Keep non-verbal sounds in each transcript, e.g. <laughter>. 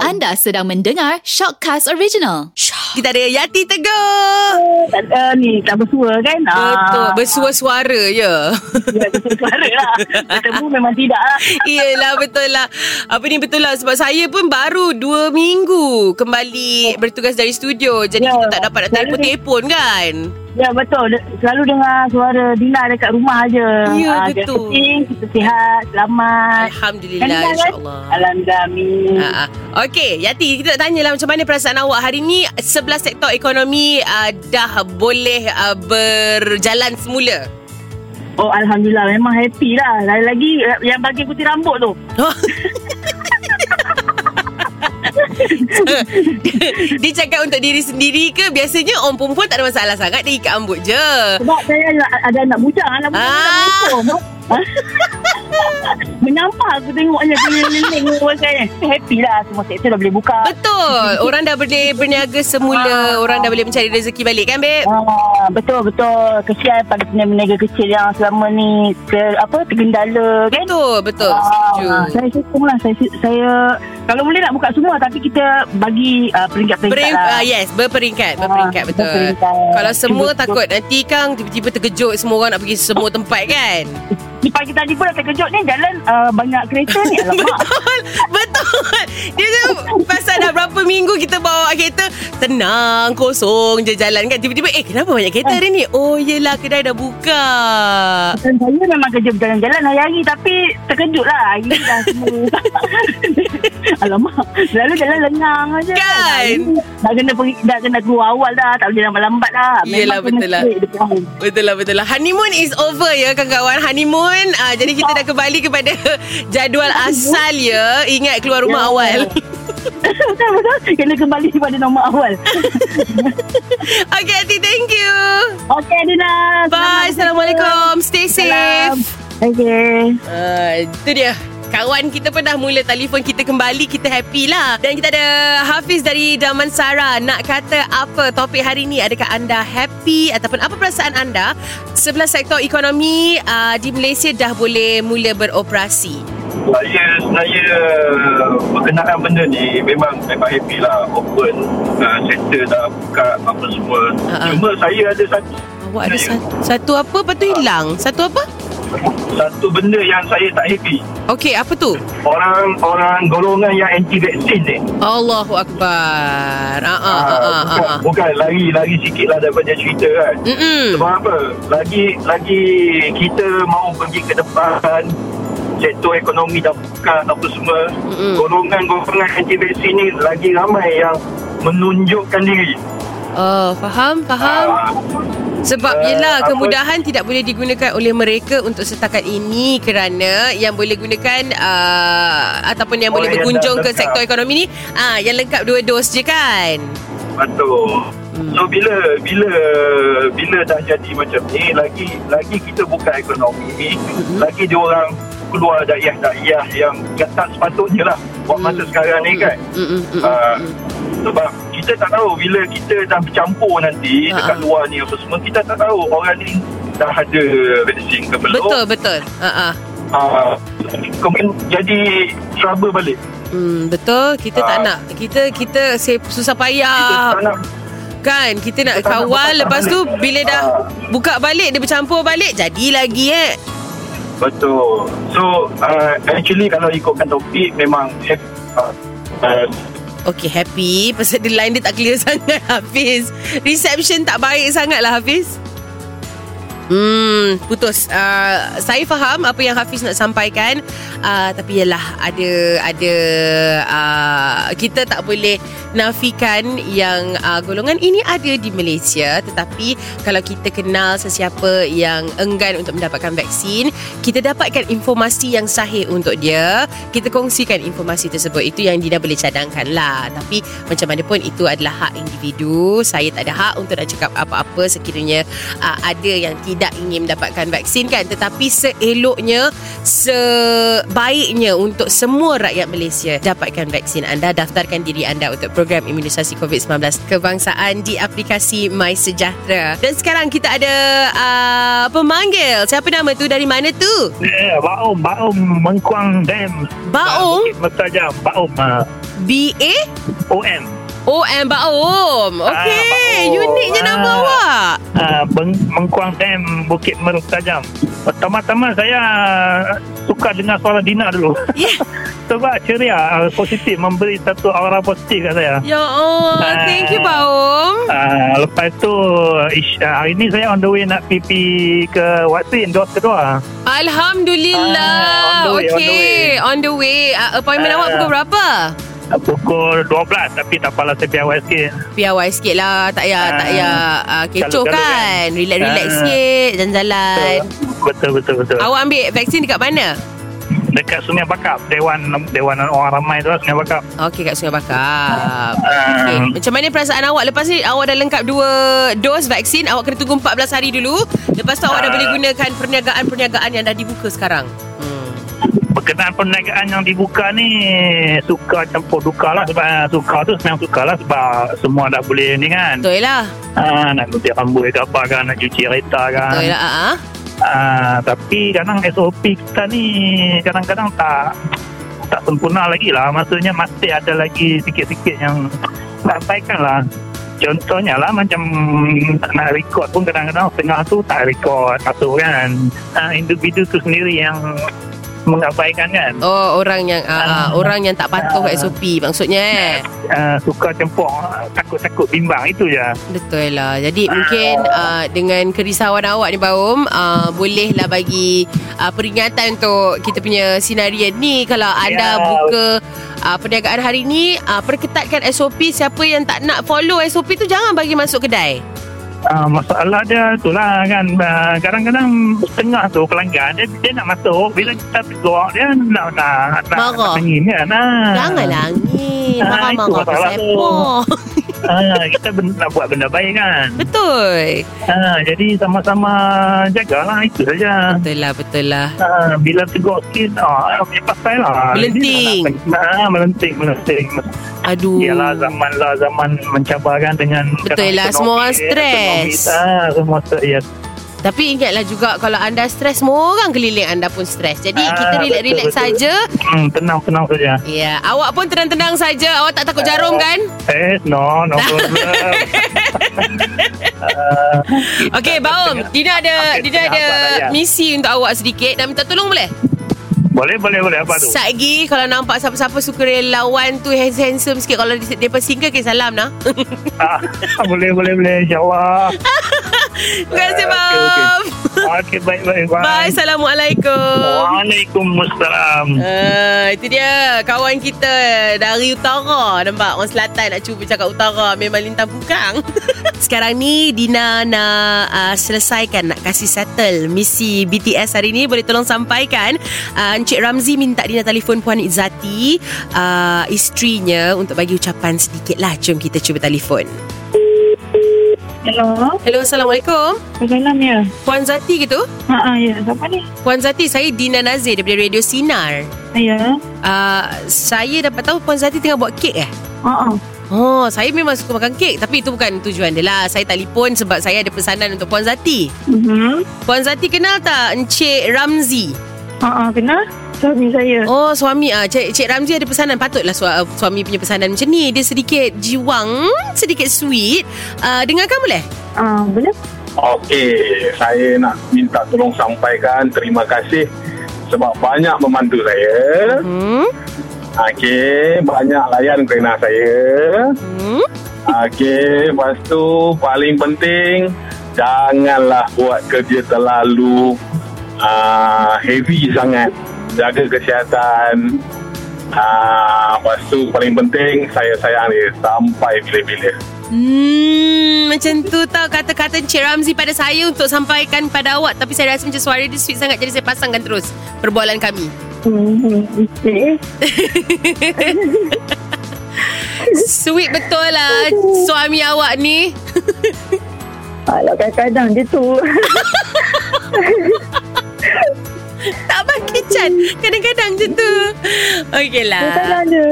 Anda sedang mendengar Shockcast Original. Kita ada Yati Teguh. Eh, tak ada ni tak bersua kan Betul. Ah, Bersua suara <laughs> je. ya, bersua suara lah bertemu memang tidak lah Iyalah betul lah. Apa ni betul lah sebab saya pun baru dua minggu kembali bertugas dari studio. Jadi Ya. kita tak dapat nak Selalu telefon-telefon kan. ya betul De- selalu dengar suara Dina dekat rumah je Ya, Ah, betul. yang penting kita sihat selamat Alhamdulillah Kan, insyaAllah. Alhamdulillah amin Ha, ha. Okey, Yati, kita nak tanyalah macam mana perasaan awak hari ni 11 sektor ekonomi uh, dah boleh uh, berjalan semula. oh Alhamdulillah memang happy lah lagi-lagi eh, yang bagi putih rambut tu <laughs> dia cakap untuk diri sendiri ke biasanya orang perempuan tak ada masalah sangat dia ikat rambut je. sebab saya ada- ada anak bujang anak bujang Ah. ah. Menyampah aku tengoknya keliling-keliling saya. Happy lah semua sektor dah boleh buka. Betul. Orang dah boleh berniaga semula, orang dah boleh mencari rezeki balik kan, babe? Ah, betul betul kesian pada peniaga-peniaga kecil yang selama ni ter, apa tergendala kan Betul, betul. Ah, Setuju. saya sokong lah saya, saya kalau boleh nak buka semua tapi kita bagi uh, peringkat-peringkat Berim, lah uh, yes, berperingkat, Ah, berperingkat betul. berperingkat. Kalau semua Cuba- takut nanti Kang tiba-tiba terkejut semua orang nak pergi semua tempat kan? Di pagi tadi pun dah terkejut ni jalan uh, banyak kereta ni <laughs> alamak Betul. Dia tu pasal dah berapa minggu kita bawa kereta tenang, kosong je jalan kan. Tiba-tiba eh kenapa banyak kereta hari ni? Oh yelah kedai dah buka. Dan saya memang kerja berjalan-jalan hari-hari tapi terkejut lah hari ni dah semua <laughs> alamak selalu jalan lengang aja Kan? Hari ni dah kena pergi, dah kena keluar awal dah tak boleh lambat-lambat lah Yelah, kena betul lah. straight dekat home. Betul lah, betul lah. Honeymoon is over ya kawan-kawan. Honeymoon. Uh, jadi kita dah kembali kepada <laughs> jadual asal ya. Ingat keluar rumah Ya. awal. <laughs> Betul betul Kena kembali pada nombor awal okay, Ati. Thank you. Okay Dina Bye. Assalamualaikum. Stay safe. Okay Uh, itu dia. Kawan kita pun dah mula telefon kita kembali. Kita happy lah. Dan kita ada Hafiz dari Damansara. Nak kata apa topik hari ni? Adakah anda happy ataupun apa perasaan anda? Sebelah sektor ekonomi uh, di Malaysia dah boleh mula beroperasi. Saya saya uh, berkenaan benda ni memang memang happy lah open uh, center dah buka apa semua. Ha, ha. Cuma saya ada satu Awak ada satu, satu apa lepas tu hilang. Satu apa? satu benda yang saya tak happy. Okey, apa tu? Orang orang golongan yang anti vaksin ni. Allahu akbar. Ah ah Ah, ah ah, bukan, ah. bukan lari lari sikit lah daripada cerita kan. Mm-mm. Sebab apa? Lagi lagi kita mau pergi ke depan sektor ekonomi dah buka apa semua. Mm-mm. Golongan-golongan anti vaksin ni lagi ramai yang menunjukkan diri. Oh, faham, faham. Ah, Sebab Eh, ialah apa- kemudahan tidak boleh digunakan oleh mereka untuk setakat ini kerana yang boleh gunakan uh, ataupun yang boleh Orang Oh, yang berkunjung dah ke lengkap. sektor ekonomi ni ah yang lengkap dua dos je kan. Betul. Hmm. So bila bila bila dah jadi macam ni lagi lagi kita buka ekonomi Mhm. lagi diorang keluar daiyah-daiyah yang yang tak sepatutnya lah buat Hmm. masa sekarang ni kan Mm, mm, mm, Ah, mm, mm. sebab kita tak tahu bila kita dah bercampur nanti Ha, dekat ha. luar ni apa semua kita tak tahu orang ni dah ada vaksin ke belum Betul betul. Ha ah. Ah, kemudian jadi trouble balik Hmm, betul kita tak Ah. nak kita kita se- susah kita payah tak nak kan kita nak kita tak nak kawal buka lepas tu balik. bila dah Ah. buka balik dia bercampur balik jadi lagi eh Betul. So uh, actually kalau ikutkan topik memang uh, Eh, uh, Okay happy Pasal the line dia tak clear <laughs> sangat Hafiz Reception tak baik sangat lah Hafiz Hmm, putus. Uh, saya faham apa yang Hafiz nak sampaikan. Uh, tapi yalah ada ada uh, kita tak boleh nafikan yang uh, golongan ini ada di Malaysia tetapi kalau kita kenal sesiapa yang enggan untuk mendapatkan vaksin, kita dapatkan informasi yang sahih untuk dia. Kita kongsikan informasi tersebut. Itu yang Dina boleh cadangkan lah. Tapi macam mana pun itu adalah hak individu. Saya tak ada hak untuk nak cakap apa-apa sekiranya uh, ada yang tidak tidak ingin mendapatkan vaksin kan tetapi seeloknya sebaiknya untuk semua rakyat Malaysia dapatkan vaksin anda daftarkan diri anda untuk program imunisasi COVID-19 kebangsaan di aplikasi My Sejahtera dan sekarang kita ada uh, pemanggil siapa nama tu dari mana tu Ya, Baum, Baum, Mengkuang Dam. Baum Bukit Mekar Jam, Baum, ah, B A OM. O M Baum Ah, okey Baum. uniknya nama Ah. awak Ah, Beng, Mengkuang Dam, Bukit Meruk Tajam. Pertama-tama saya suka dengar suara Dina dulu. Ya. <laughs> Sebab ceria, ah, positif, memberi satu aura positif kat saya. ya Allah thank you Baum Ah, lepas tu ish, ah, hari ni saya on the way nak pipi ke vaksin dos kedua. Alhamdulillah. Ah, on the way, okay, on the way. Uh, appointment Ah. awak pukul berapa? Ah, Pukul 12 tapi tak apalah saya biar awal sikit. Piawai sikit lah. Tak payah, Ah. tak payah uh, kecoh Kalau-kalau kan. Relax-relax Ah. sikit. Jalan-jalan. Betul betul betul. Awak ambil vaksin dekat mana? Dekat Sungai Bakap, dewan dewan orang ramai tu lah Sungai Bakap. Okey, kat Sungai Bakar. Ah. Okay. Macam mana perasaan awak? Lepas ni awak dah lengkap dua dos vaksin. Awak kena tunggu 14 hari dulu. Lepas tu awak dah Ah. boleh gunakan perniagaan-perniagaan yang dah dibuka sekarang. Hmm. berkenaan perniagaan yang dibuka ni suka campur duka lah sebab ah, suka tu memang suka lah sebab semua dah boleh ni kan Betul lah. ha, nak gunting rambut ke apa kan nak cuci kereta kan Betul lah. ah, ah. ha, tapi kadang SOP kita ni kadang-kadang tak tak sempurna lagi lah maksudnya masih ada lagi sikit-sikit yang tak sampaikan lah Contohnya lah macam nak record pun kadang-kadang setengah tu tak record masuk kan. Ha, individu tu sendiri yang mengabaikan kan. Oh, orang yang ah, ah, Ah. orang yang tak patuh Ah. SOP maksudnya eh. uh, suka campur ah, takut-takut bimbang itu je Betul lah. Jadi mungkin uh, dengan kerisauan awak ni Baum, uh, bolehlah bagi uh, peringatan untuk kita punya sinarian ni kalau anda Ya. buka uh, perniagaan hari ni, uh, perketatkan SOP. Siapa yang tak nak follow SOP tu jangan bagi masuk kedai. uh, masalah dia itulah kan uh, kadang-kadang setengah tu pelanggan dia, dia nak masuk bila kita tegur dia nak nak nak Marah. nak tangin kan ah. Janganlah angin. Ah, itu Marah-marah masalah pasal tu. oh, ah, kita ben- nak buat benda baik kan <laughs> Betul. ah, jadi sama-sama jagalah itu saja Betul lah, betul lah. Ah, bila tegur sikit ah, okay, pasal lah Melenting. Jadi, ah, melenting melenting Aduh. Ialah zaman lah zaman mencabar kan dengan Betul lah, kadang-kadang semua orang ekonomi, ekonomi, stres. ah, semua stres ya Tapi ingatlah juga kalau anda stres, semua orang keliling anda pun stres. Jadi Ah, kita relax-relax betul, betul. saja. Hmm, tenang-tenang saja. Ya, awak pun tenang-tenang saja. Awak tak takut jarum kan? <laughs> Eh, no, no problem. uh, Okey, Baum. Dina ada Hampir Dina tengah ada abad dah, ya. misi untuk awak sedikit. Nak minta tolong boleh? boleh, boleh, boleh. Apa tu? Satgi kalau nampak siapa-siapa sukarelawan tu handsome sikit kalau dia- depa single ke salam <laughs> nah. Ah, boleh, boleh, boleh. InsyaAllah. Terima kasih, Ah, okey, okey. Baum. Okey, baik, baik, baik. Bye. Assalamualaikum. Waalaikumsalam. Uh, itu dia kawan kita dari utara nampak orang selatan nak cuba cakap utara memang lintang <laughs> bukang sekarang ni Dina nak uh, selesaikan nak kasih settle misi BTS hari ni boleh tolong sampaikan uh, Encik Ramzi minta Dina telefon Puan Izzati uh, isterinya untuk bagi ucapan sedikit lah jom kita cuba telefon Hello Hello Assalamualaikum Salam ya Puan Zati gitu Haa ya Siapa ni Puan Zati saya Dina Nazir daripada Radio Sinar Ya uh, saya dapat tahu Puan Zati tengah buat kek eh Haa Oh, saya memang suka makan kek tapi itu bukan tujuan dia lah. Saya telefon sebab saya ada pesanan untuk Puan Zati. Mhm. Puan Zati kenal tak Encik Ramzi? Haa kenal Suami saya Oh, suami ah Cik, Cik Ramzi ada pesanan. Patutlah su- suami punya pesanan macam ni. Dia sedikit jiwang, sedikit sweet. Uh, dengarkan boleh? Ah, boleh? Okey, saya nak minta tolong sampaikan terima kasih sebab banyak membantu saya. Hmm. Okey, banyak layan kerana saya. Hmm. Okey, lepas tu paling penting janganlah buat kerja terlalu uh, heavy sangat. Jaga kesihatan. Ah, uh, lepas tu paling penting saya sayang dia sampai bila-bila. Hmm, macam tu tau kata-kata Encik Ramzi pada saya untuk sampaikan pada awak. Tapi saya rasa macam suara dia sweet sangat jadi saya pasangkan terus perbualan kami. Hmm, okay. Sweet betul lah suami awak ni. Alah, kadang-kadang dia tu. Tak pakai cat Kadang-kadang je tu Okeylah <laughs> Tak ada.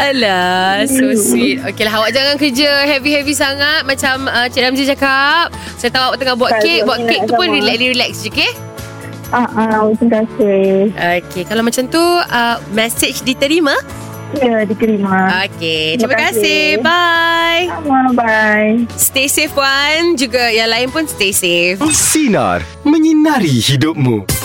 Alah, Hmm. so sweet. Okey lah, awak jangan kerja heavy-heavy sangat macam uh, Cik Ramzi cakap. Saya tahu awak tengah buat Tak, kek. tak Buat minat kek tu pun sama. relax-relax je, okay? Ah, ah, terima kasih. Okey, kalau macam tu, uh, message diterima. Ya, diterima. Okey, terima Terima kasih. kasih. Bye. Sama, bye. Stay safe, Wan. Juga yang lain pun stay safe. Sinar Menyinari hidupmu